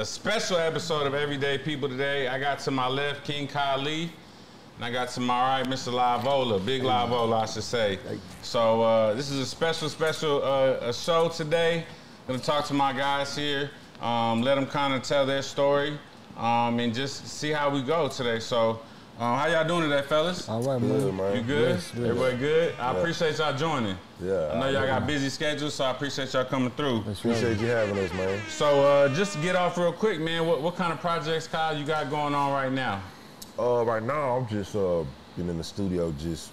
A special episode of Everyday People today. I got to my left King Kali, and I got to my right Mr. Livola, Big Livola, I should say. So uh, this is a special, special uh, a show today. Gonna talk to my guys here, um, let them kind of tell their story, um, and just see how we go today. So, um, how y'all doing today, fellas? All right, Good, man. man. You good? Yes, yes. Everybody good? I appreciate y'all joining. Yeah, I know I y'all got busy schedules, so I appreciate y'all coming through. That's right. Appreciate you having us, man. So uh, just to get off real quick, man, what, what kind of projects, Kyle, you got going on right now? Uh, right now, I'm just uh, been in the studio, just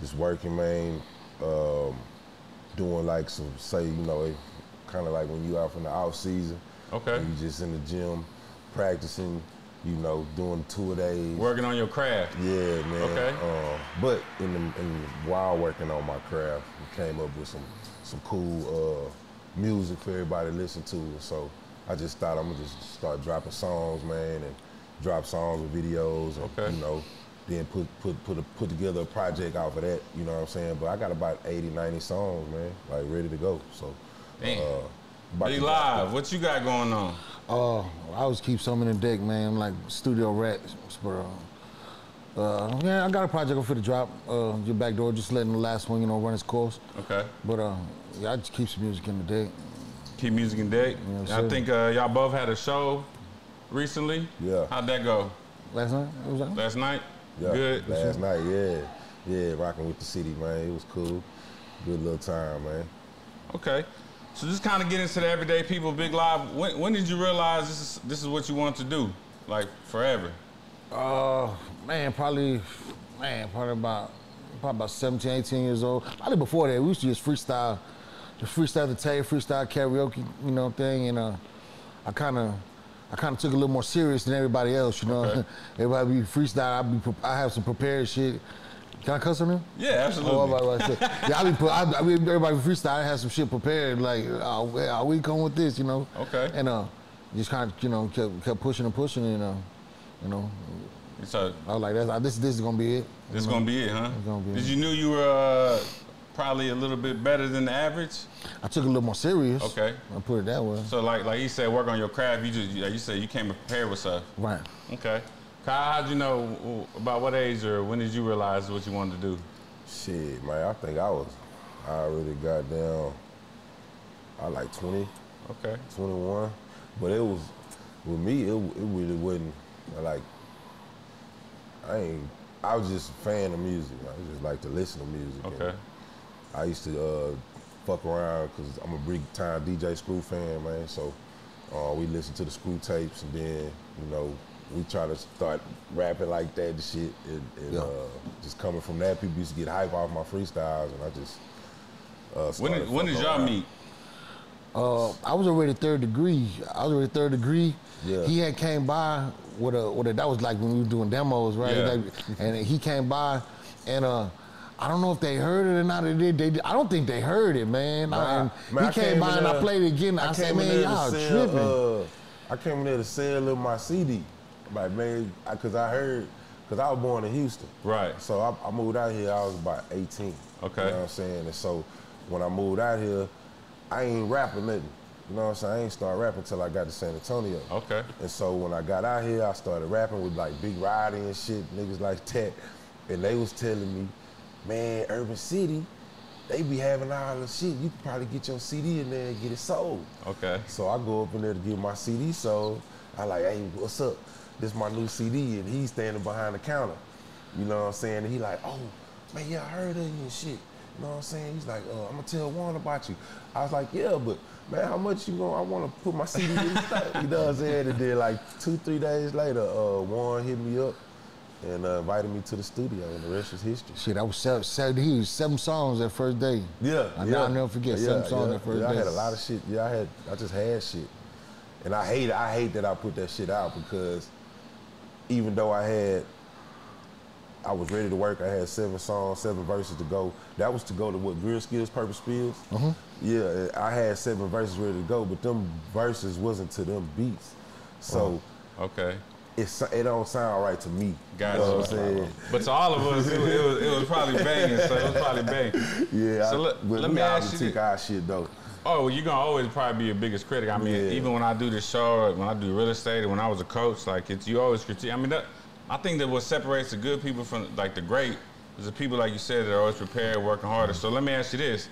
just working, man. Um, doing like some, say, you know, kind of like when you out from the off season, Okay. and you just in the gym practicing, you know, doing two a days. Working on your craft. Yeah, man. Okay. Uh, but in the, in while working on my craft, we came up with some some cool uh, music for everybody to listen to. So I just thought I'm gonna just start dropping songs, man, and drop songs with videos, and Okay. you know, then put put put a, put together a project off of that. You know what I'm saying? But I got about 80, 90 songs, man, like ready to go. So. Damn. Uh, about Be to drop live. What you got going on? Uh, I always keep some in the deck, man. I'm like studio rats, bro. Uh, yeah, I got a project I'm for the drop. Uh, your back door, just letting the last one, you know, run its course. Okay. But uh, yeah, I just keep some music in the deck. Keep music in deck. Yes, I sir. think uh, y'all both had a show recently. Yeah. How'd that go? Last night, it was that? Last night? Yeah, Good. Last night, yeah. Yeah, rocking with the city, man. It was cool. Good little time, man. Okay. So just kind of get into the everyday people, Big Live. When, when did you realize this is this is what you want to do? Like forever. Uh, man, probably, man, probably about, probably about 17, 18 years old. Probably before that, we used to just freestyle, just freestyle the tape, freestyle karaoke, you know, thing. And uh, I kind of, I kind of took it a little more serious than everybody else, you know. Okay. everybody be freestyle. I be, pre- I have some prepared shit. Can I cuss on him? Yeah, absolutely. Oh, right, right, right. yeah, I be, put, I, I be everybody freestyle. I had some shit prepared, like oh, well, we come with this, you know. Okay. And uh, just kind of, you know, kept, kept pushing and pushing, and uh, you know, So I was like, that's, this, this is gonna be it. this gonna be it, huh? gonna be Did it. you knew you were uh, probably a little bit better than the average? I took it a little more serious. Okay. I put it that way. So like like you said, work on your craft. You just you, you said you came prepared with stuff. Right. Okay. Kyle, how'd you know w- about what age or when did you realize what you wanted to do? Shit, man, I think I was, I already got down, I like 20, Okay. 21. But it was, with me, it, it really wasn't, like, I ain't, I was just a fan of music. I just like to listen to music. and Okay. I used to uh, fuck around because I'm a big time DJ Screw fan, man. So uh, we listen to the Screw tapes and then, you know, we try to start rapping like that and shit. And, and Yeah. uh, just coming from that, people used to get hype off my freestyles and I just. Uh, When started did, when did fucking y'all around. meet? Uh, I was already third degree. I was already third degree. Yeah. He had came by with a with a that was like when we were doing demos, right? Yeah. Like, and he came by, and uh, I don't know if they heard it or not. They, did- they, did- I don't think they heard it, man. I- Nah, and man, he came, by in and I there- played it again. I, said, came in man, there to y'all sell, tripping. uh, I came in there to sell them my CD. Like, man, because I, heard, because I was born in Houston. Right. So I, I moved out here, I was about 18. Okay. You know what I'm saying? And so when I moved out here, I ain't rapping nothing. You know what I'm saying? I ain't start rapping until I got to San Antonio. Okay. And so when I got out here, I started rapping with like Big Roddy and shit, niggas like that. And they was telling me, man, Urban City, they be having all the shit. You could probably get your CD in there and get it sold. Okay. So I go up in there to get my CD sold. I like, hey, what's up? This my new CD, and he's standing behind the counter. You know what I'm saying? And he like, oh, man, yeah, I heard of you and shit. You know what I'm saying? He's like, uh, I'm gonna tell Juan about you. I was like, yeah, but man, how much you gonna? I want to put my CD in. his thing." you know what I'm saying? And then like two, three days later, uh, Juan hit me up and uh, invited me to the studio, and the rest is history. Shit, I was seven, seven, he was seven songs that first day. Yeah, I, yeah. I'll never forget seven songs that first yeah, day. I had a lot of shit. Yeah, I had. I just had shit, and I hate. I hate that I put that shit out because even though I had, I was ready to work. I had seven songs, seven verses to go. That was to go to what Grill Skills Purpose Fields. Uh-huh. Yeah, and I had seven verses ready to go, but them verses wasn't to them beats, so Uh-huh. Okay. it's it don't sound right to me. Gotcha. You know what I'm saying? But to all of us, it, was- it was it was probably banging. So it was probably banging. Yeah. So I, let- but let we me ask always you took thi- our shit though. Oh, you're gonna always probably be your biggest critic. I mean, Yeah. even when I do this show, or when I do real estate, or when I was a coach, like it's you always critique. I mean, that, I think that what separates the good people from like the great is the people like you said that are always prepared, working harder. So let me ask you this: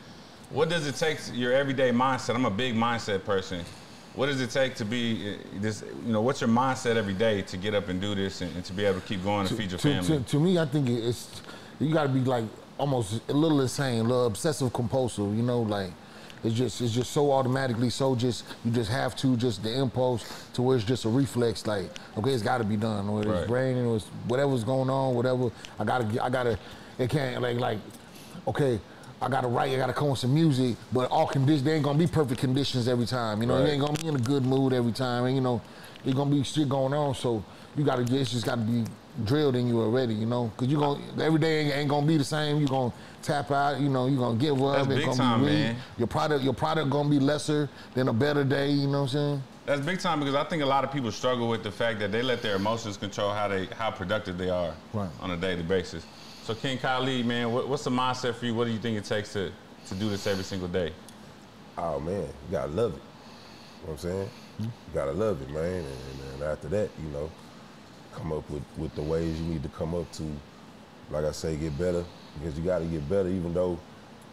What does it take to your everyday mindset? I'm a big mindset person. What does it take to be uh, this? You know, what's your mindset every day to get up and do this and, and to be able to keep going and feed your to, family? to, to me, I think it- it's you got to be like almost a little insane, a little obsessive compulsive. You know, like it's just it's just so automatically so just you just have to just the impulse to where it's just a reflex. Like okay, it's got to be done. Or it's Right. brain or it's whatever's going on, whatever. I gotta get- I gotta it can't like like okay. I gotta write, I gotta come with some music, but all conditions, they ain't gonna be perfect conditions every time. You know, Right. it ain't gonna be in a good mood every time. And, you know, there's gonna be shit going on, so you gotta get, it's just gotta be drilled in you already, you know? Cause you gonna, every day ain't, ain't gonna be the same. you gonna tap out, you know, you gonna give up. That's it's big gonna time, be weak. man. Your product, your product gonna be lesser than a better day, you know what I'm saying? That's big time because I think a lot of people struggle with the fact that they let their emotions control how they how productive they are Right. on a daily basis. So King Kylie, man, what, what's the mindset for you? What do you think it takes to, to do this every single day? oh man, you gotta love it. You know what I'm saying? You gotta love it, man. And, and, and after that, you know, come up with, with the ways you need to come up to, like I say, get better. Because you gotta get better, even though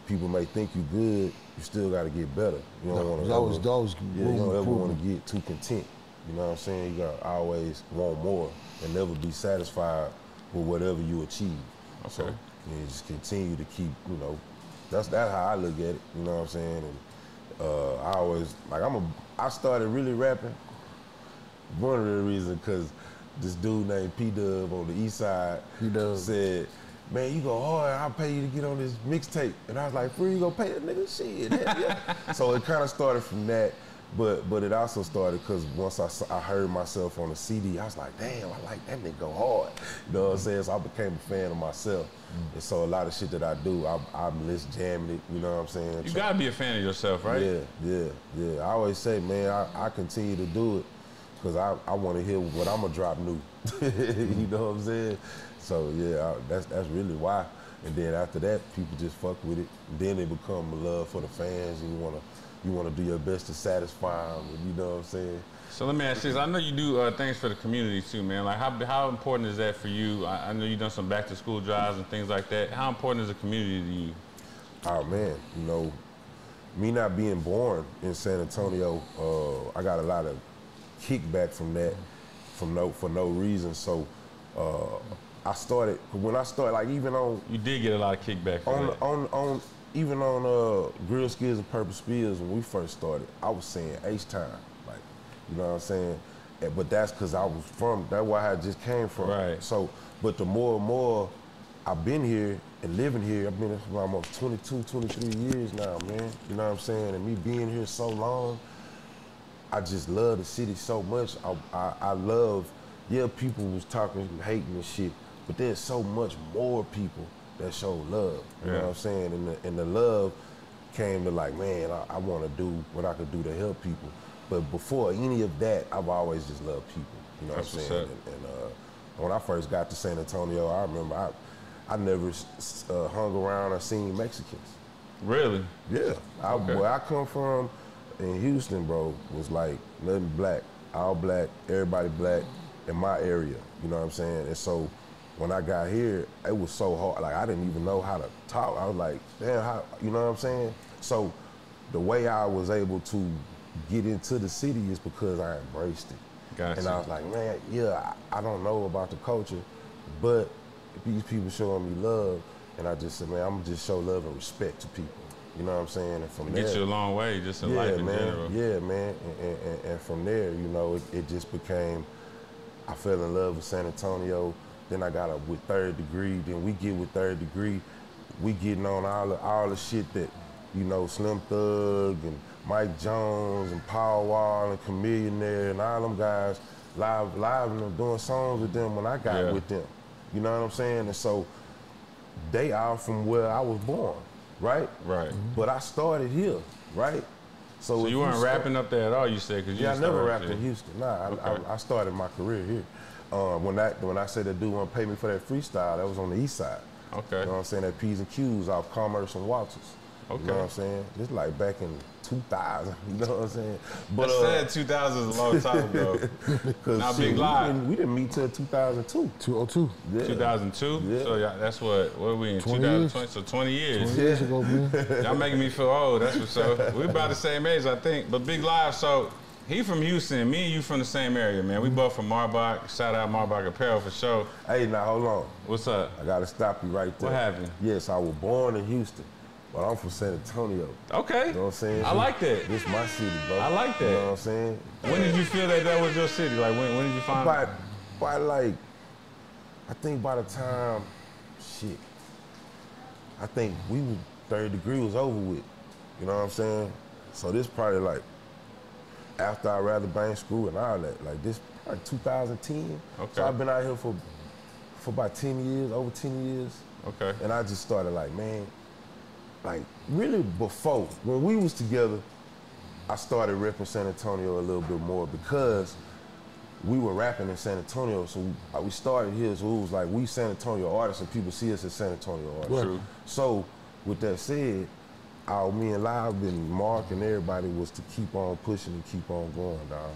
people may think you good, you still gotta get better. You don't wanna There's always ever- those yeah, you room don't ever improvement. wanna get too content. You know what I'm saying? You gotta always want more and never be satisfied with whatever you achieve. So Okay. you just continue to keep, you know, that's that's how I look at it. You know what I'm saying? And uh, I always like I'm a I started really rapping. One of the reasons because this dude named P Dub on the East Side P-Dub. said, "Man, you go hard. I'll pay you to get on this mixtape." And I was like, "Free? You gonna pay that nigga shit?" hell yeah." so it kind of started from that. But but it also started because once I, s- I heard myself on the CD, I was like, damn, I like that nigga go hard. You know what I'm saying? So I became a fan of myself. And so a lot of shit that I do, I, I'm just jamming it. You know what I'm saying? You gotta be a fan of yourself, right? Yeah, yeah, yeah. I always say, man, I, I continue to do it because I, I want to hear what I'm going to drop new. you know what I'm saying? So, yeah, I, that's, that's really why. And then after that, people just fuck with it. Then it become a love for the fans, and you want to you want to do your best to satisfy them. You know what I'm saying? So let me ask you this. I know you do uh, things for the community too, man. Like how, how important is that for you? I, I know you've done some back to school drives and things like that. How important is the community to you? Oh man, you know, me not being born in San Antonio, uh, I got a lot of kickback from that, from no for no reason. So uh, I started when I started, like even on You did get a lot of kickback from on that. on on even on uh, Grill Skills and Purple Spills when we first started, I was saying H time, like you know what I'm saying. And- But that's because I was from that's where I just came from. Right. So, but the more and more I've been here and living here, I've been here for almost 22, 23 years now, man. You know what I'm saying? And me being here so long, I just love the city so much. I, I, I love, yeah, people was talking, hating and shit, but there's so much more people that show love. You know Yeah. what I'm saying? And the, and the love came to like, man, I, I want to do what I could do to help people. But before any of that, I've always just loved people. You know That's what I'm what's saying? up. And, and uh, when I first got to San Antonio, I remember I, I never s- s- uh, hung around or seen Mexicans. Really? Yeah, I, Okay. where I come from in Houston, bro, was like nothing black, all black, everybody black in my area. You know what I'm saying? And so when I got here, it was so hard. Like I didn't even know how to talk. I was like, damn, how? You know what I'm saying? So the way I was able to get into the city is because I embraced it. Gotcha. And I was like, man, yeah, I, I don't know about the culture, but these people showing me love, and I just said, man, I'm gonna just show love and respect to people. You know what I'm saying? And from Get there, you a long way just in yeah, life in man, general. yeah, man. And, and, and, and from there, you know, it, it just became. I fell in love with San Antonio. Then I got up with third degree. Then we get with third degree. We getting on all the, all the shit that, you know, Slim Thug and Mike Jones and Paul Wall and Chameleonaire and all them guys live live and doing songs with them when I got Yeah. with them. You know what I'm saying? And so they are from where I was born, right? Mm-hmm. Right. But I started here, right? So if you weren't start- rapping up there at all, you said, because you yeah, I didn't start never out rapped there. in Houston. Nah, I, Okay. I, I started my career here. Uh, when that when I said that dude want to pay me for that freestyle, that was on the east side. Okay. You know what I'm saying? At P's and Q's off Commerce and Walters. You know what I'm Okay. saying? It's like back in 2000. You know what I'm saying? But uh, I said 2000 is a long time ago. cause Now, shit, Big we Live. didn't, we didn't meet till 2002. 202. Yeah. 2002. Yeah. So yeah, that's what. What are we in? 20 years. 2020. So 20 years. Years ago, man. Y'all making me feel old. That's what's up. We're about the same age, I think. But Big Live, so he from Houston. Me and you from the same area, man. Mm-hmm. We both from Marbach. Shout out Marbach Apparel for sure. Hey, now hold on. What's up? I gotta stop you right there. happened? Yes, I was born in Houston, but I'm from San Antonio. Okay. You know what I'm saying? I like that. This my city, bro. I like You that. know what I'm saying? When did you feel that that was your city? Like when? When did you find? By, by like, I think by the time, shit, I think we was third degree was over with. You know what I'm saying? So this probably like after I rather bang school and all that. Like this like 2010. Okay. So I've been out here for for about 10 years, over 10 years. Okay. And I just started like, man, like really before when we was together, I started repping San Antonio a little bit more because we were rapping in San Antonio. So uh, we, we started here, so it was like we San Antonio artists and people see us as San Antonio artists. True. So with that said, our me and Live and Mark and everybody was to keep on pushing and keep on going, dog.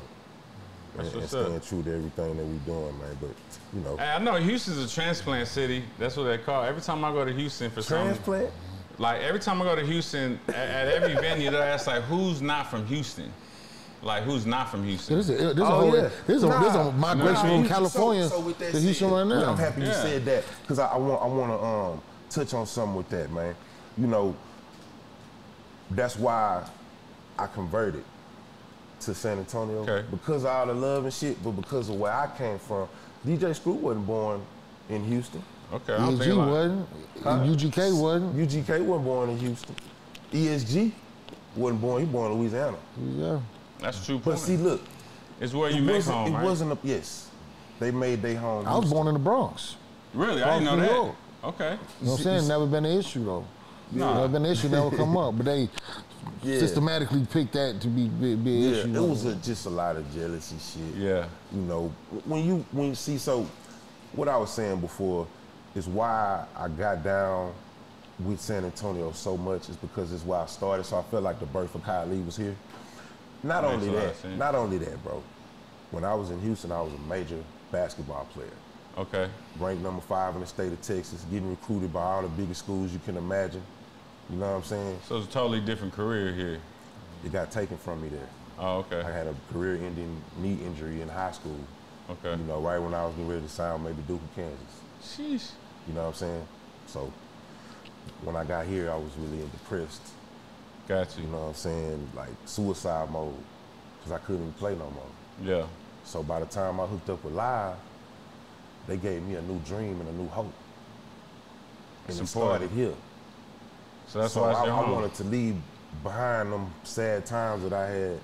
And, That's and what's staying up. true to everything that we doing, man. But you know, Hey, I know Houston's a transplant city. That's what they call. it. Every time I go to Houston for some, transplant. like every time I go to Houston, at, at every venue, they ask like, "Who's not from Houston? Like, who's not from Houston?" This is this Oh, whole yeah. this is a, this is a Nah, migration nah, from you- So- California so with that to Houston said, right now. I'm happy you Yeah. said that because I, I want I want to um, touch on something with that, man. You know, that's why I converted to San Antonio Okay. because of all the love and shit, but because of where I came from. DJ Screw wasn't born in Houston. Okay, I'm EG thinking like, wasn't, UGK wasn't. UGK wasn't born in Houston. ESG wasn't born. He born in Louisiana. Yeah, that's true. But Point. see, look, it's where it, you make wasn't, home, it right? wasn't a yes. They made their home. I was born in the Bronx. Really, I didn't Bronx, New know York. that. Okay, You know what I'm saying? Never been an issue though. Nah. Never been an issue. Never come up. But they Yeah. systematically picked that to be be, be an Yeah, issue. it was a, just a lot of jealousy shit. yeah, you know, when you when you see so what I was saying before is why I got down with San Antonio so much is because it's why I started. So I felt like the birth of Kyle Lee was here. Not Makes only a lot that, of sense. not only that, bro. When I was in Houston, I was a major basketball player. okay, Ranked number five in the state of Texas, getting recruited by all the biggest schools you can imagine. You know what I'm saying? so it's a totally different career here. It got taken from me there. Oh, okay, I had a career-ending knee injury in high school. okay. You know, right when I was getting ready to sign maybe Duke of Kansas. Sheesh. You know what I'm saying? So when I got here, I was really depressed. Got You you. know what I'm saying? Like suicide mode, because I couldn't even play no more. Yeah. So by the time I hooked up with Live, they gave me a new dream and a new hope. And It's it started important. here. So that's so why uh-huh. it's I, your I home. wanted to leave behind them sad times that I had.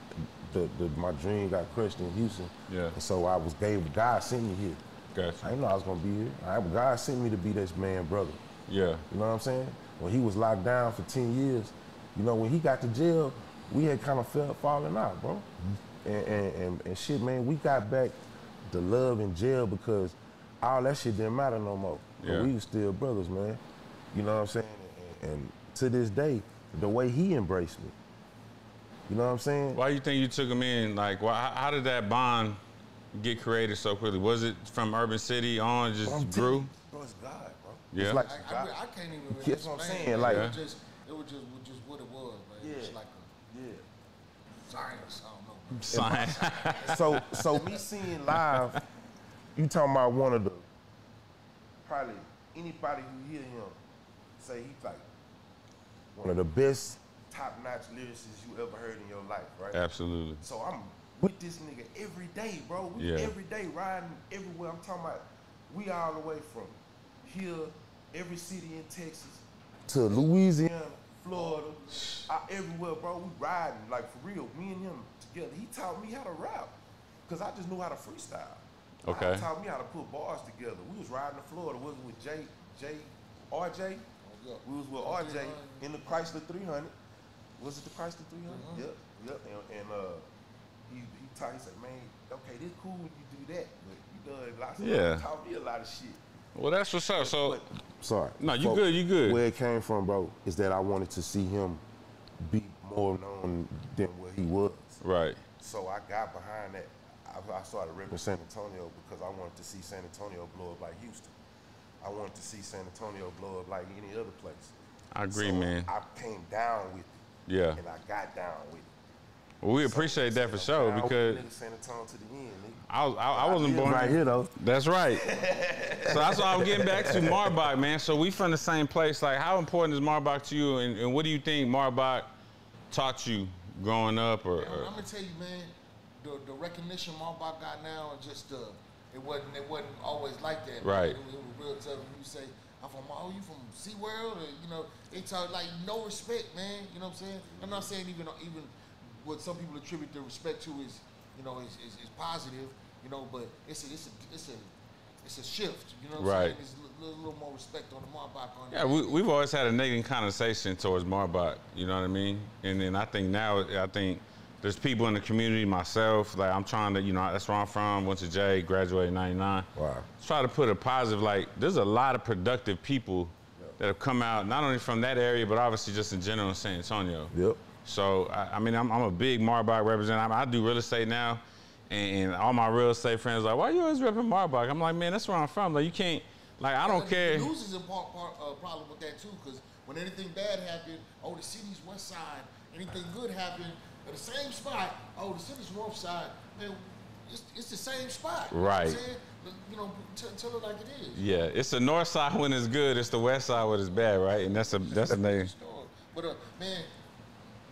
The, the, my dream got crushed in Houston. Yeah. And so I was gave God sent me here. Got I you. didn't know I was gonna be here. I, God sent me to be this man, brother. Yeah. You know what I'm saying? When he was locked down for 10 years, you know, when he got to jail, we had kind of felt falling out, bro. And, and, and, and shit, man, we got back the love in jail because all that shit didn't matter no more. Yeah. But we was still brothers, man. You know what I'm saying? And, and to this day, the way he embraced me, you know what I'm saying? Why you think you took him in? Like, why, how- how did that bond get created so quickly? Was it from Urban City on, just I'm telling grew? you, Bro, it's God, bro. Yeah. It's like, I, I, I can't even. really That's what I'm explain saying, it. like- it was just, it was just, was just what it was. Man. It was Yeah. like a yeah. science. I don't know. man. Sign. so so me seeing live, you talking about one of the probably anybody who hear him say he's like one of the best top notch lyricists you ever heard in your life, right? Absolutely. So I'm with this nigga every day, bro. We Yeah. every day riding everywhere. I'm talking about we all the way from here, every city in Texas to Louisiana, Florida, I, everywhere, bro. We riding like for real. Me and him together. He taught me how to rap because I just knew how to freestyle. Okay. He taught me how to put bars together. We was riding to Florida. Was it with J J RJ? yeah. We was with RJ in the Chrysler 300. Was it the Chrysler 300? Yep, Mm-hmm. yep. And, and uh, he, he taught, he said, man, okay, this cool when you do that, but you done lots of Yeah. taught me a lot of shit. Well, that's what's up. So, But Sorry. No, you good, you good. Where it came from, bro, is that I wanted to see him be more known than what he was. Right. So I got behind that. I, I started ripping San Antonio because I wanted to see San Antonio blow up like Houston. I wanted to see San Antonio blow up like any other place. I agree, So man. I came down with it. Yeah. And I got down with it. Well, we appreciate that for sure Down with because nigga San Antonio to the end, nigga. I, was, I, I wasn't born right here though. That's right. so that's why I'm getting back to Marbach, man. So we from the same place. Like, how important is Marbach to you, and, and what do you think Marbach taught you growing up? Or, I'm, or gonna tell you, man, the, the recognition Malbach got now is just uh, it wasn't it wasn't always like that. man. Right. It, was- it was real tough. You say, I'm from oh, you from SeaWorld or you know, they talk like no respect, man. You know what I'm saying? I'm not saying even even what some people attribute the respect to is, you know, is, is, is positive, you know, but it's a it's a it's a it's a shift, you know what Right. I'm saying? There's a little, little more respect on the Malbach on yeah, we, we've always had a negative connotation towards Marbach. You know what I mean? And then I think now, I think there's people in the community, myself. Like, I'm trying to, you know, that's where I'm from. Went to J, graduated in '99. Wow. try to put a positive like there's a lot of productive people that have come out not only from that area but obviously just in general in san antonio Yep. so i, I mean I'm, I'm a big marbach representative i, I do real estate now and, and all my real estate friends are like why you always repping marbach i'm like man that's where i'm from like you can't like i don't And care The news is a part, part uh, problem with that too, because when anything bad happened, oh the city's west side. Anything good happened, at the same spot. Oh, the city's north side. Man, it's, it's the same spot. You know what I'm Right. saying? Look, You know, tell, tell it like it is. yeah it's the north side when it's good it's the west side when it's bad right and that's a that's a name Sure. But uh, man,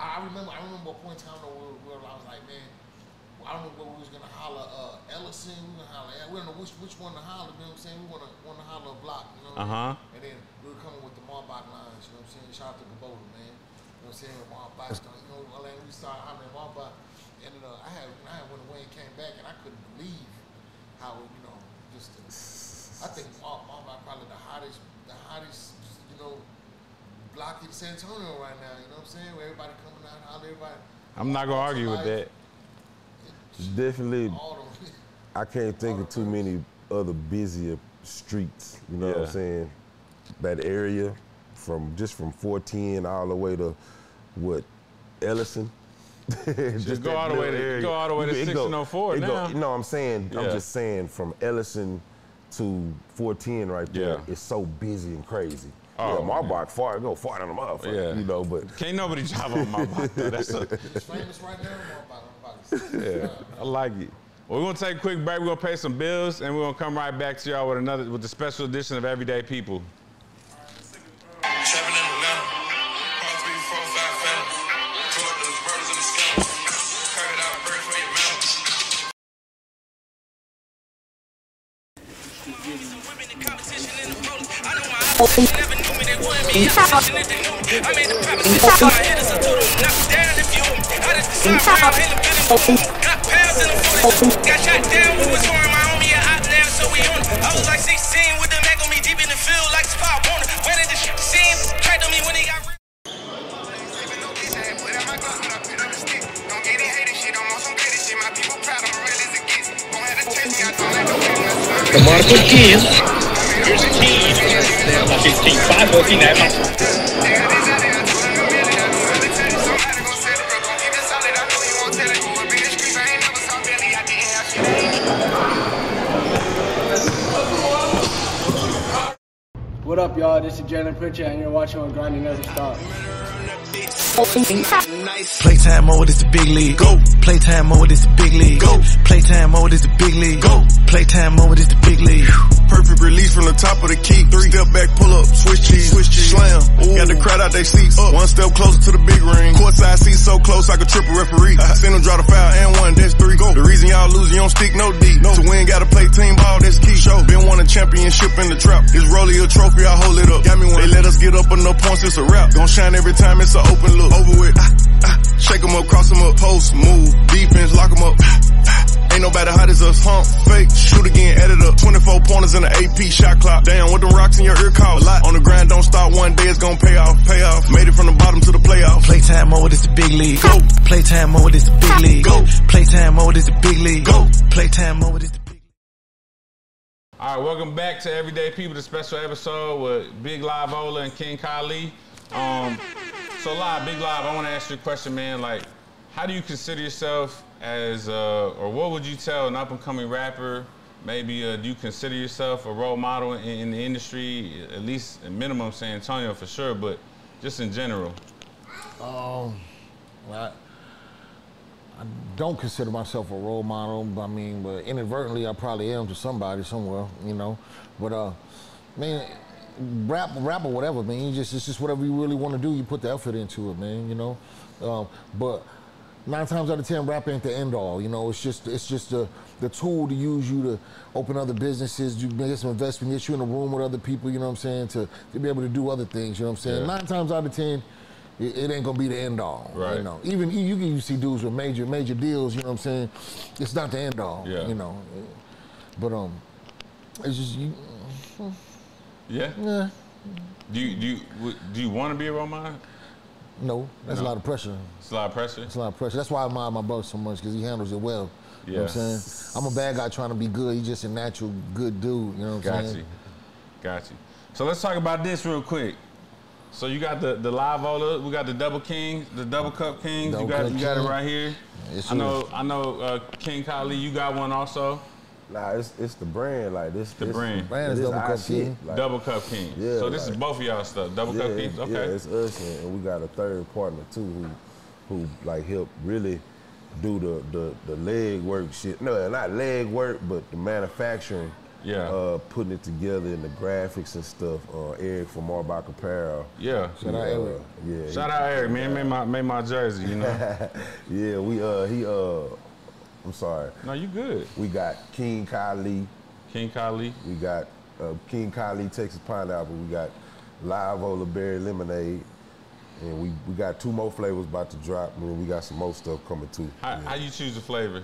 I I remember I remember a point in time though where, where I was like, man, I don't know where we was gonna holler uh, Ellison, we gonna holler. We don't know which which one to holler. You know what I'm saying? We wanna wanna holler a block. You know what Uh-huh. I mean? And then we were coming with the Marbach lines. You know what I'm saying? Shout out to Kubota, man. You know what I'm saying? Marbach, you know, I like, we started hollering Marbach, and uh, I had I had went away and came back, and I couldn't believe how you know just. The, I think Marbach probably the hottest the hottest you know block in San Antonio right now. You know what I'm saying? Where everybody coming out, holler, everybody. i'm not gonna argue with that Definitely All them. I can't think of too many other busier streets. You know what Yeah. I'm saying? That area, from just from 410 all the way to what Ellison. just go that all the way little to- area. go all the way You to can- it go- 1604 it go- now. no, I'm saying I'm Yeah. just saying from Ellison to 410 right there. Yeah. It's so busy and crazy. Oh, yeah, my man. block far go far down the motherfucker. Yeah. You know, but can't nobody drive on marbach though. that's a It's famous right now. Marbach. Yeah, I like it. Well, we're gonna take a quick break. We're gonna pay some bills, and we're gonna come right back to y'all with another with the special edition of Everyday People. Trapping in Atlanta. Part three, four, five, phantom. Toward the murders and the scams. Curve it out, bird for your mouth. Got shot down when was wearing my homie an op now, so we on it. I was like 16 with the Mac on me deep in the field, like spot wanted. Went in the sh- scene, tried on me when he got real. Come on, put kids. Here's a key. Now, 15, 5, 14, that might- What up, y'all? This is Jalen Pritchard, and you're watching on Grinding Never Stop. Playtime mode is the big league. Go. Playtime mode is the big league. Go. Playtime mode is the big league. Go. Playtime mode is the big league. Perfect release from the top of the key. Three step back, pull up, switch cheese, switch cheese. slam. Got the crowd out they seats. Up. One step closer to the big ring. Courtside seat so close I could trip a referee. uh Send them draw the foul and one, that's three. Go. The reason y'all losing, you don't stick no deep. No. To win, gotta play team ball, that's key. Show. Been won a championship in the trap. This rollie a trophy, I hold it up. Got me one. They let us get up on no points, it's a wrap. Gon' shine every time, it's an open look. Over with. Ah, ah. Shake 'em up, cross 'em up, post, move, defense, lock 'em up. Ah, ah. Ain't nobody hot as us, hump, fake, shoot again, edit up. 24 pointers in the AP shot clock. Damn, what them rocks in your ear call? A lot. On the grind, don't stop one day, it's gonna pay off, pay off. Made it from the bottom to the playoffs. Playtime mode is the big league. Go. Playtime mode is the big league. Go. Playtime mode is the big league. Go. Playtime mode is the big league. All right, welcome back to Everyday People, the special episode with Big Live Ola and King Kali. Um, so Live, Big Live, I want to ask you a question, man. Like, how do you consider yourself as, uh, or what would you tell an up and coming rapper? Maybe uh, do you consider yourself a role model in, in the industry, at least at minimum San Antonio for sure, but just in general? Um, I, I don't consider myself a role model. but I mean, but inadvertently, I probably am to somebody somewhere, you know. But uh, man, rap, rap or whatever, man. You just it's just whatever you really want to do. You put the effort into it, man. You know. Um, but nine times out of ten, rap ain't the end all. You know, it's just it's just the the tool to use you to open other businesses, you make some investment, get you in a room with other people. You know what I'm saying? To to be able to do other things. You know what I'm saying? Yeah. Nine times out of ten. It, it ain't gonna be the end all, Right. You know, even you can you see dudes with major major deals. You know what I'm saying? It's not the end all, Yeah. you know. But um, it's just you. Yeah. Eh, Do you do you, w- do you want to be a role model? no, that's a lot of pressure. It's a lot of pressure. It's a lot of pressure. That's why I admire my brother so much because he handles it well. You know what I'm Yeah. saying? I'm a bad guy trying to be good. He's just a natural good dude. You know what I'm Got you. saying? Got you. So let's talk about this real quick. So you got the the live Ola, we got the double king, the double cup kings. Double you got cup you got it king. right here. Yes, I sir. know I know uh, King Kali, you got one also. Nah, it's it's the brand. Like this, The this- brand. Brand is this Double our Cup shit, King. like- double cup king. Yeah, so this is like- both of y'all stuff. Double yeah, cup kings. yeah, Okay. it's us, and, and we got a third partner too, who who like help really do the the the leg work shit. No, not leg work, but the manufacturing. Yeah. Uh, putting it together and the graphics and stuff. Uh, Eric from Marbach Apparel. yeah. Shout out Yeah, Eric. Yeah. Shout out Eric, man. Made my made my jersey, you know. Yeah, we uh he uh I'm sorry. no, you good. We got King Kylie, King Kali. we got uh, King Kylie Texas Pineapple, we got Live Ola Berry Lemonade, and we, we got two more flavors about to drop, and then we got some more stuff coming too. How, how you choose the flavor?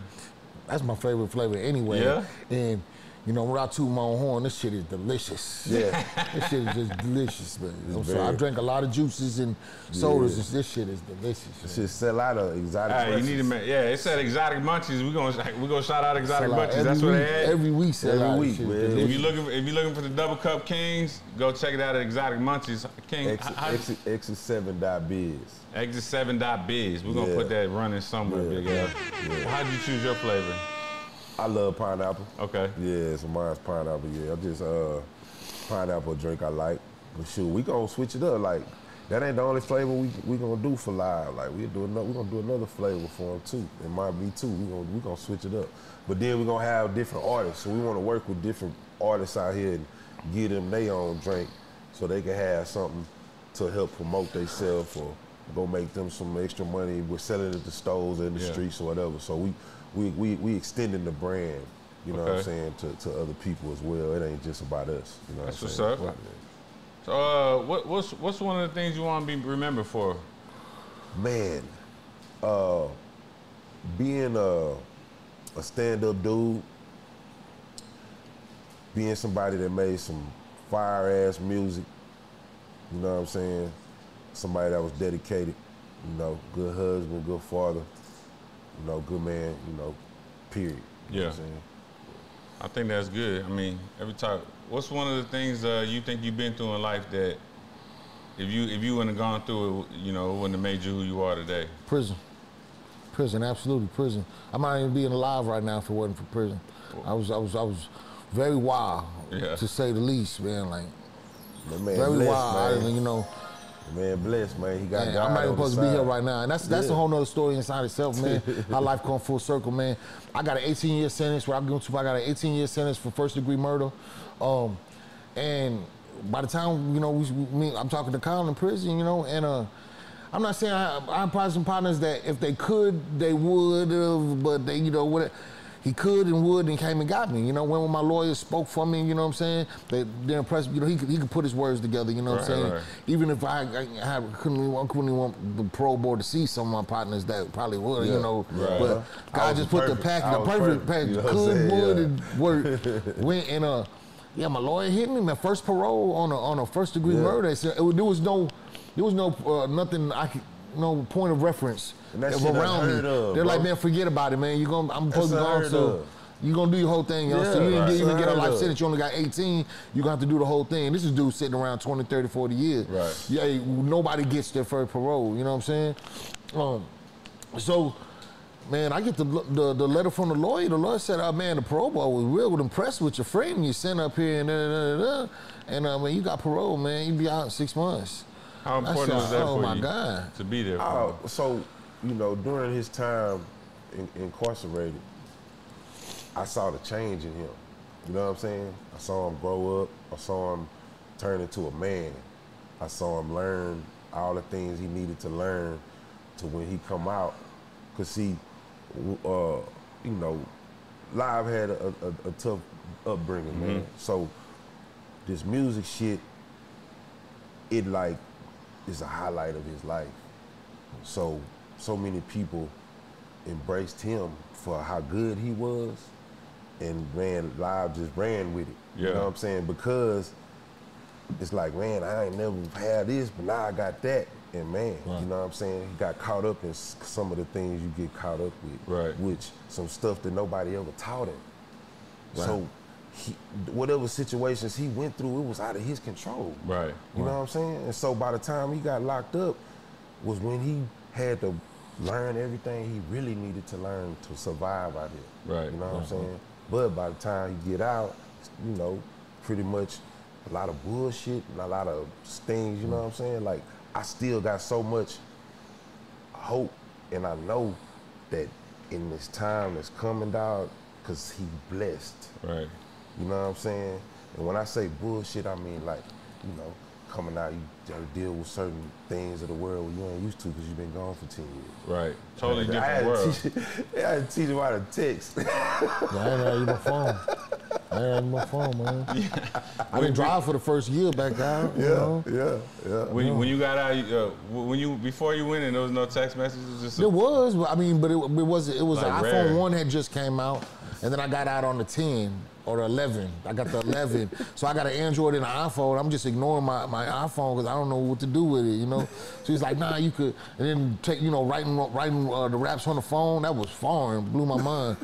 That's my favorite flavor anyway. Yeah? And you know, when I toot my own horn, this shit is delicious. Yeah. this shit is just delicious, man. I'm sorry. I very- drank a lot of juices and sodas. Yeah. and This shit is delicious. man. Shit sell out of exotic. Hey, you freshes. need to make, yeah, it said exotic munchies. We're gonna we gonna shout out exotic Sell out munchies. That's what they every week, had. Every week, sell Every out. This week, shit man. is If delicious. you looking for, if you looking for the double cup kings, go check it out at Exotic Munchies. King X, how- X, X is seven dot biz. exit seven dot biz. We're gonna Yeah. put that running somewhere, Yeah. big ass. How'd you choose your flavor? I love pineapple. Okay. Yeah, so mine's pineapple. Yeah, I just uh, pineapple drink I like. But shoot, we gonna switch it up. Like that ain't the only flavor we we gonna do for live. Like we do another, we gonna do another flavor for them too. It might be two. We gonna we gonna switch it up. But then we gonna have different artists. So we want to work with different artists out here and give them their own drink, so they can have something to help promote themselves or go make them some extra money. We're selling it to stores in the Yeah. streets or whatever. So we we we, we extending the brand. You know what I'm Okay. saying to, to other people as well. It ain't just about us. You know That's what I'm what's saying? up. So uh, what, what's what's one of the things you want to be remembered for? man, uh, being a, a stand-up dude, being somebody that made some fire-ass music, you know what I'm saying? Somebody that was dedicated, you know, good husband, good father, you know, good man, you know, period. You know Yeah. what I'm saying? I think that's good. I mean, every time. What's one of the things uh, you think you've been through in life that if you if you wouldn't have gone through it, you know, it wouldn't have made you who you are today? Prison. Prison, absolutely prison. I might even be alive right now if it wasn't for prison. I was I was I was very wild Yeah. to say the least, man. Like That man very blessed, wild, man. you know. That Man blessed, man. He got Man, God I'm not even on his supposed to be side. here right now, and that's that's a Yeah. whole nother story inside itself, man. How life come full circle, man. I got an 18 year sentence. Where I go to, I got an 18 year sentence for first degree murder, um, and by the time you know, we, we, me- I'm talking to Colin in prison, you know, and uh, I'm not saying I, I have probably some partners that if they could, they would, have, but they, you know, what. He could and would and came and got me. You know, when my lawyers spoke for me, you know what I'm saying? They, they're impressed. You know, he could, he could put his words together, you know what Right, I'm saying? right. even if I, I, I couldn't, even- I couldn't even want the parole board to see some of my partners that probably would, Yeah, you know. right. Uh-huh. But I God was just put the perfect. I package, the was perfect, perfect, package, you know what I'm could, saying? would, Yeah. and work. went and uh, yeah, my lawyer hit me. My first parole on a on a first degree Yeah. murder. So it, was- there was no, there was no uh, nothing I could. No point of reference And that shit around me. unheard of, They're like, bro. man, forget about it, man. You going I'm supposed to go on unheard to of. You're gonna do your whole thing, yo. so Yeah, you didn't right. get, even get a Right. life sentence. You only got 18. You're gonna have to do the whole thing. This is dude sitting around 20, 30, 40 years. Right. Yeah, nobody gets their first parole. You know what I'm saying? Um, so, man, I get the, the the letter from the lawyer. The lawyer said, "Oh man, the parole board was real impressed with your frame you sent up here and da, da, da, da, da. and uh, man, you got parole, man. You be out in six months." How I important said, was that "Oh, for my you God." to be there? For Oh, so you know, during his time in, incarcerated, I saw the change in him. You know what I'm saying? I saw him grow up. I saw him turn into a man. I saw him learn all the things he needed to learn to when he come out. Cause see, w- uh, you know, Live had a, a, a tough upbringing, man. So this music shit, it like is a highlight of his life. So so many people embraced him for how good he was, and man, live just ran with it. You Yeah. know what I'm saying? Because it's like, man, I ain't never had this, but now I got that. And man, you know what I'm saying? He got caught up in s- some of the things you get caught up with, Right. Which some stuff that nobody ever taught him. So, he, whatever situations he went through, it was out of his control. Right. You know what I'm saying? And so by the time he got locked up, was when he had to learn everything he really needed to learn to survive out here. Right. You know what I'm saying? But by the time he get out, you know, pretty much a lot of bullshit and a lot of things. You know what I'm saying? Like I still got so much hope, and I know that in this time that's coming, dog, because he blessed. Right. You know what I'm saying? And when I say bullshit, I mean like, you know, coming out, you gotta deal with certain things of the world you ain't used to because you've been gone for 10 years. Right. Totally I had, different to world. teach, I had to teach him how to text. Yeah, I ain't had even a phone. I ain't had even a phone, man. I didn't drive for the first year back out. You know? yeah, yeah. When, when you got out, you, uh, when you before you went in, there was no text messages. Just a- It was, but I mean, but it, it was it was Like an rare. iPhone one had just came out, and then I got out on the ten or the eleven. I got the eleven, so I got an Android and an iPhone. I'm just ignoring my, my iPhone because I don't know what to do with it, you know. So he's like, nah, you could, and then take you know writing writing uh, the raps on the phone. That was foreign, blew my mind.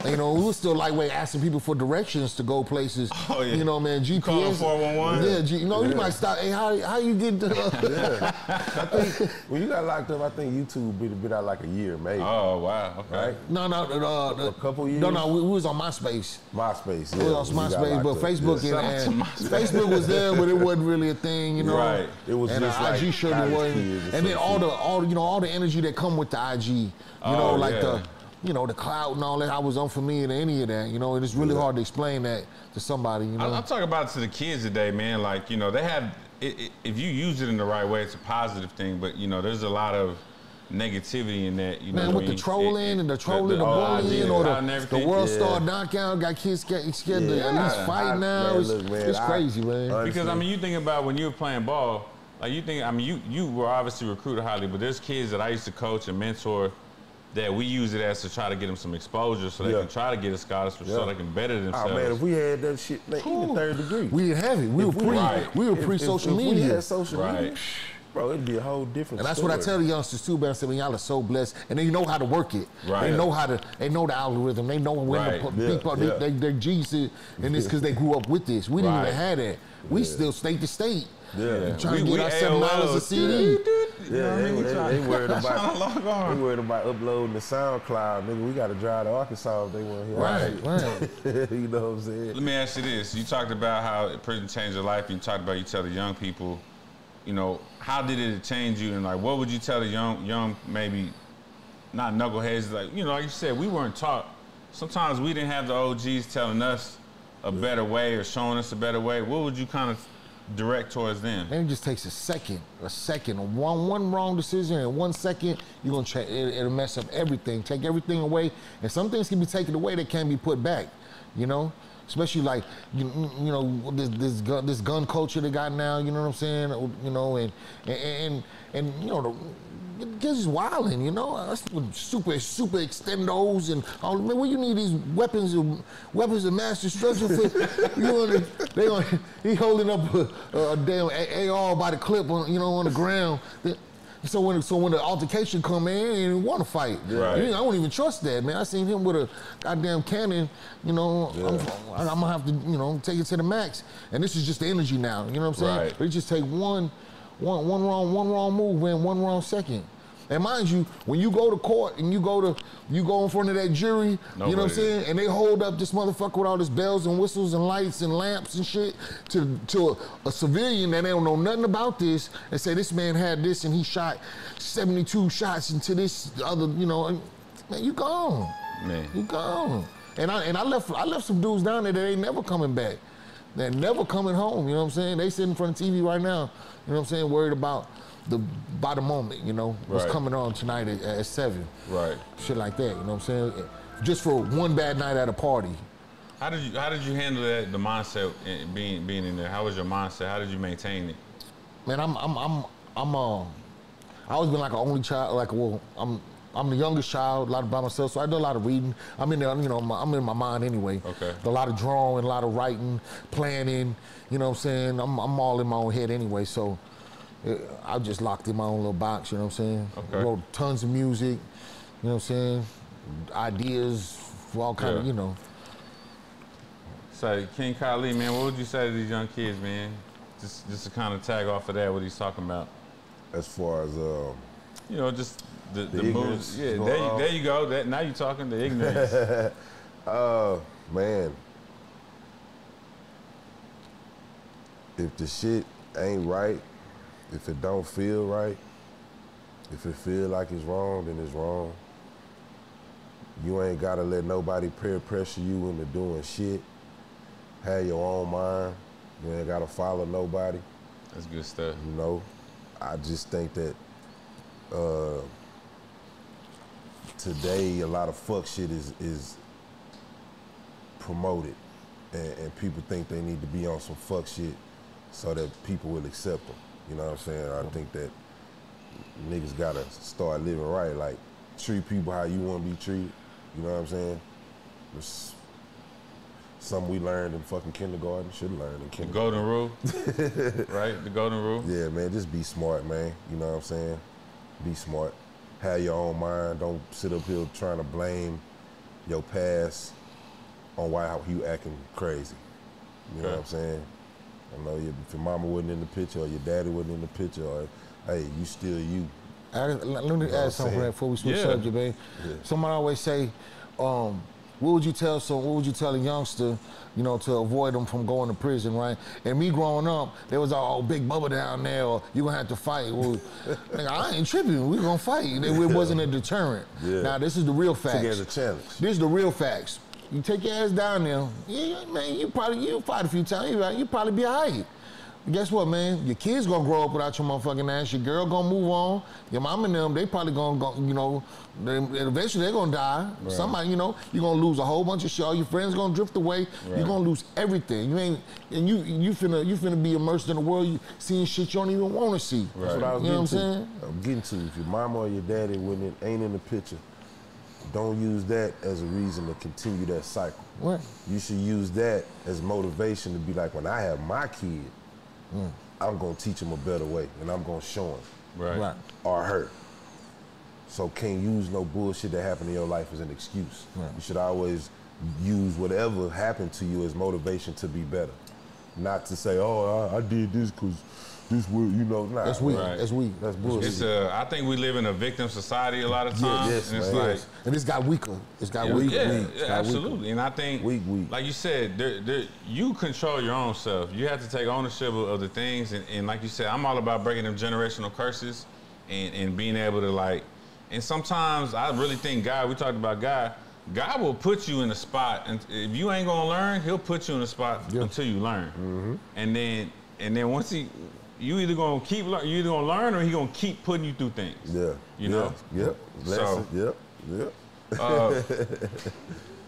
And, you know, we was still lightweight asking people for directions to go places. Oh, yeah. You know, man, GPS. Call 411. Yeah, G, you know, you might stop. Hey, how how you get? To, uh, When you got locked up, I think YouTube been, been out like a year, maybe. Oh wow. Okay. right? no, no, uh, A couple No, years? no, we, we was on MySpace. MySpace. Yeah, when It was on you got MySpace, locked but up, Facebook yeah. and, and Shout out to MySpace. Facebook was there, but it wasn't really a thing, you know. Right. It was and just the like IG surely college wasn't. kids and And then some all shit. the all you know all the energy that come with the IG, you Oh, know, like yeah. the you know the cloud and all that. I was unfamiliar to any of that, you know, and it's really hard to explain that to somebody, you know. I, I'm talking about it to the kids today, man. Like you know, they have. It, it, if you use it in the right way, it's a positive thing. But you know, there's a lot of negativity in that. You know, Man, what with I the mean? trolling It- oh, it- and the trolling, the, whole bullying, idea or behind the, the everything. world Yeah. star knockout, got kids scared, scared to at least I- I- fight now. man, it's look, man, it's I- crazy, man. I- Because I mean, you think about when you were playing ball, like you think I mean, you you were obviously recruited highly, but there's kids that I used to coach and mentor that we use it as to try to get them some exposure, so they Yeah. can try to get a scholarship, so Yeah. they can better themselves. Oh man, if we had that shit, man, even Ooh. third degree. We didn't have it. We were If pre, right. we were if- if- pre social if media. We had social media, Right. bro, it'd be a whole different. And that's what I tell story. the youngsters too, man. I said, man, y'all are so blessed. And they know how to work it. Right. They know how to, they know the algorithm. They know when Right. to put Yeah, people, yeah. they, they, they're geniuses. And it's because they grew up with this. We didn't Right. even have that. We still state to state. Yeah. Trying We- to we get our seven dollars a AOLs. CD. Yeah, they, they, they worried trying to about log on. they worried about uploading the SoundCloud, nigga. We gotta drive to Arkansas if they want to hear. our Right, right. shit. you know what I'm saying? Let me ask you this: You talked about how prison changed your life. You talked about you tell the young people, you know, how did it change you, and like, what would you tell the young, young maybe, not knuckleheads, like you know, like you said, we weren't taught. Sometimes we didn't have the OGs telling us a better way or showing us a better way. What would you kind of direct towards them? Man, it just takes a second, a second, one one wrong decision in one second, you're gonna check. It, it'll mess up everything, take everything away, and some things can be taken away that can't be put back. You know, especially like you, you know this this gun, this gun culture they got now. You know what I'm saying? You know, and and and, and you know the. the Kids is wilding, you know. That's what super super extendos and all. Man, what you need these weapons of weapons of mass destruction for? you know, they on, he holding up a, a damn A- AR by the clip on you know on the ground. They- So when so when the altercation come in, he didn't want to fight. Right. You know, I wouldn't even trust that man. I seen him with a goddamn cannon. You know, I'm, I'm gonna have to you know take it to the max. And this is just the energy now. You know what I'm saying? Right. But it just take one, one, one wrong, one wrong move, man, one wrong second. And mind you, when you go to court and you go to you go in front of that jury, you know what Nobody- I'm saying? And they hold up this motherfucker with all this bells and whistles and lights and lamps and shit to to a, a civilian that don't know nothing about this and say this man had this and he shot 72 shots into this other, you know, and, man, you gone. Man. You gone. And I and I left I left some dudes down there that ain't never coming back. They're never coming home. You know what I'm saying? They sitting in front of TV right now. You know what I'm saying? Worried about the by the moment. You know what's Right. coming on tonight at, at seven. Right. Shit like that. You know what I'm saying? Just for one bad night at a party. How did you How did you handle that? The mindset in- being being in there. How was your mindset? How did you maintain it? Man, I'm I'm I'm I'm uh, I always been like an only child. Like well, I'm. I'm the youngest child, a lot by myself, so I do a lot of reading. I'm in there, you know, my, I'm in my mind anyway. Okay. A lot of drawing, a lot of writing, planning. You know what I'm saying? I'm, I'm all in my own head anyway, so uh, I just locked in my own little box. You know what I'm saying? Okay. Wrote tons of music. You know what I'm saying? Ideas for all kind of, Yeah. you know. So King Kylie, man, what would you say to these young kids, man? Just just to kind of tag off of that, what he's talking about. As far as um, You know, just the, the, ignorance moves. Yeah, going there you, on. there you go. That now you talking the ignorance. Uh, man. If the shit ain't right, if it don't feel right, if it feel like it's wrong, then it's wrong. You ain't gotta let nobody peer pressure you into doing shit. Have your own mind. You ain't gotta follow nobody. That's good stuff. You know, I just think that uh, today a lot of fuck shit is is promoted, and, and people think they need to be on some fuck shit so that people will accept them. You know what I'm saying? I think that niggas gotta start living right, like treat people how you want to be treated. You know what I'm saying? It's something we learned in fucking kindergarten. Should have learned in The kindergarten. golden rule, right? The golden rule. Yeah, man, just be smart, man. You know what I'm saying? Be smart. Have your own mind. Don't sit up here trying to blame your past on why how you acting crazy. You know Okay. what I'm saying? I know your- if your mama wasn't in the picture or your daddy wasn't in the picture, or hey, you still you. I, let let me know what I'm add something saying? right before we switch Yeah. subject, man. Someone always say, um, "What would you tell so? What would you tell a youngster, you know, to avoid them from going to prison?" Right? And me growing up, there was all oh, big bubba down there, or you gonna have to fight. Well, nigga, I ain't tripping. We gonna fight. It it wasn't a deterrent. Yeah. Now this is the real facts. Took it as a challenge. This is the real facts. You take your ass down there, yeah, man, you probably you fight a few times, you, you probably be alright. Guess what, man? Your kids gonna grow up without your motherfucking ass. Your girl gonna move on. Your mom and them, they probably gonna go, you know, they, eventually they're gonna die. Somebody, you know, you're gonna lose a whole bunch of shit. All your friends gonna drift away. You're gonna lose everything. You ain't, and you you finna you finna be immersed in the world, you seeing shit you don't even wanna see. That's what I was You know what getting I'm saying? to. I'm getting to. If your mama or your daddy wasn't in- ain't in the picture, don't use that as a reason to continue that cycle. What? you should use that as motivation to be like, when I have my kid, Mm. I'm gonna teach him a better way, and I'm gonna show him Right. Right. or her. So can't use no bullshit that happened in your life as an excuse. You should always use whatever happened to you as motivation to be better, not to say, oh, I, I did this because this will, you know, nah, That's weak. man. That's weak. That's bullshit. It's uh, I think we live in a victim society a lot of times, yes, and it's man. like And it's got weaker. It's got Yeah, weaker. yeah, Weak. yeah, absolutely. And I think, Weak, weak. like you said, there, there, you control your own self. You have to take ownership of, of the things. And, and like you said, I'm all about breaking them generational curses and, and being able to like. And sometimes I really think God. We talked about God. God will put you in a spot, and if you ain't gonna learn, He'll put you in a spot until you learn. Mm-hmm. And then, and then once He, you either gonna keep learn, you either gonna learn, or He gonna keep putting you through things. yeah, you know. yeah, yep, So- Lesson, yep, yep.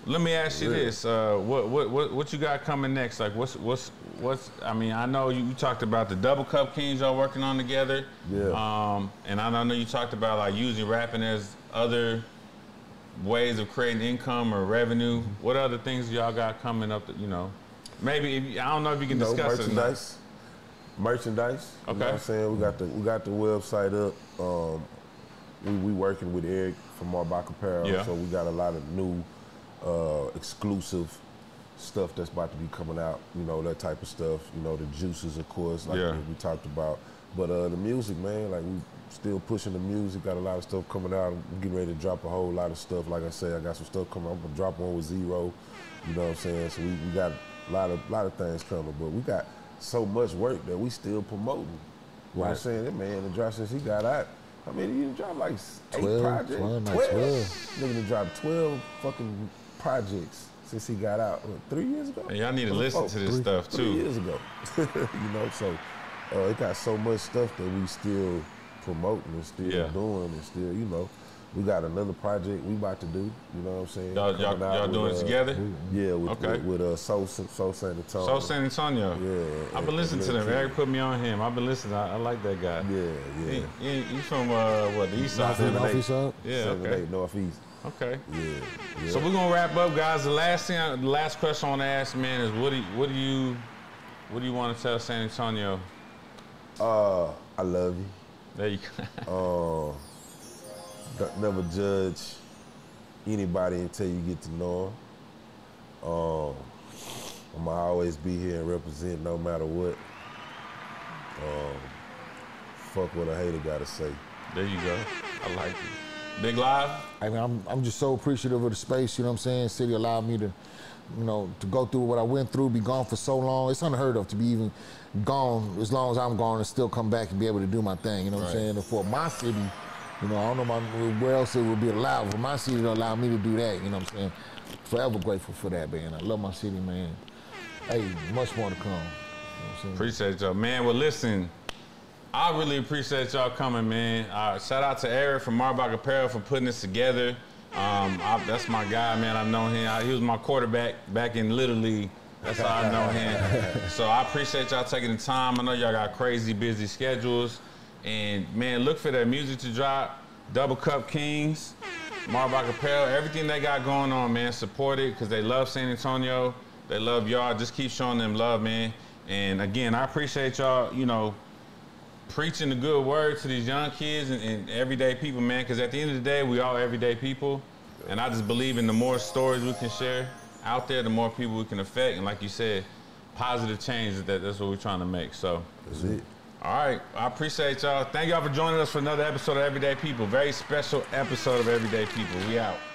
Let me ask you Yeah. this: uh, what, what what what you got coming next? Like, what's what's what's? I mean, I know you, you talked about the Double Cup Kings y'all working on together. Yeah. Um, and I, I know you talked about like using rapping as other ways of creating income or revenue. What other things y'all got coming up? That, you know, maybe if, you- I don't know if you can No discuss it. or not. merchandise. merchandise. You know Okay. what I'm saying? We got the we got the website up. Um, we we working with Eric from Marbach Apparel, Yeah. so we got a lot of new uh, exclusive stuff that's about to be coming out. You know that type of stuff. You know the juices, of course, like Yeah. we talked about. But uh, the music, man, like we still pushing the music. Got a lot of stuff coming out. I'm getting ready to drop a whole lot of stuff. Like I said, I got some stuff coming. I'm gonna drop one with zero. You know what I'm saying? So we, we got a lot of lot of things coming, but we got so much work that we still promoting. You know what I'm Right. saying? That man done dropped since he got out. I mean, he done dropped like s- eight 12, projects. 12, like 12. Nigga done dropped 12 fucking projects since he got out. What, three years ago? And y'all need to Or listen four? to this Three- stuff, too. Three years ago. you know, so uh, it got so much stuff that we still promoting and still Yeah. doing and still, you know. We got another project we about to do. You know what I'm saying? Y'all- y'all- Coming out uh, y'all doing it together? Yeah, with, Okay. with, with uh, Soul, Soul San Antonio. So San Antonio. Yeah, I've been yeah, listening to them. yeah. Eric put me on him. I've been listening. I, I like that guy. Yeah, yeah. He, he, he from uh, what the east side. Northeast, huh? northeast side. Yeah. Seven, Okay. eight, northeast. Okay. Yeah, yeah. So we're gonna wrap up, guys. The last thing, I, the last question I want to ask, man, is what do you, what do you what do you want to tell San Antonio? Uh, I love you. There you go. Don't, never judge anybody until you get to know them. Um, I'm gonna always be here and represent no matter what. Um, fuck what a hater gotta say. there you go. I like it. Big live. I mean, I'm, I'm just so appreciative of the space, you know what I'm saying? City allowed me to, you know, to go through what I went through, be gone for so long. It's unheard of to be even gone as long as I'm gone and still come back and be able to do my thing, you know what I'm Right. saying? And for my city, you know, I don't know my, where else it would be allowed. For my city to allow me to do that, you know what I'm saying? Forever grateful for that, man. I love my city, man. Hey, much more to come. You know what Mm-hmm. I'm saying? Appreciate y'all, man. Well, listen, I really appreciate y'all coming, man. Uh, shout out to Eric from Marbach Apparel for putting this together. Um, I, that's my guy, man. I've known him. I- he was my quarterback back in Little League. That's how I know him. so I appreciate y'all taking the time. I know y'all got crazy busy schedules, and man, look for that music to drop. Double Cup Kings, Marbach Apparel, everything they got going on, man. Support it because they love San Antonio. They love y'all. Just keep showing them love, man. And again, I appreciate y'all. You know, preaching the good word to these young kids and, and everyday people, man. Because at the end of the day, we all everyday people, and I just believe in the more stories we can share out there, the more people we can affect, and like you said, positive change. That that's what we're trying to make. So. That's it. All right, I appreciate y'all. Thank y'all for joining us for another episode of Everyday People. Very special episode of Everyday People. We out.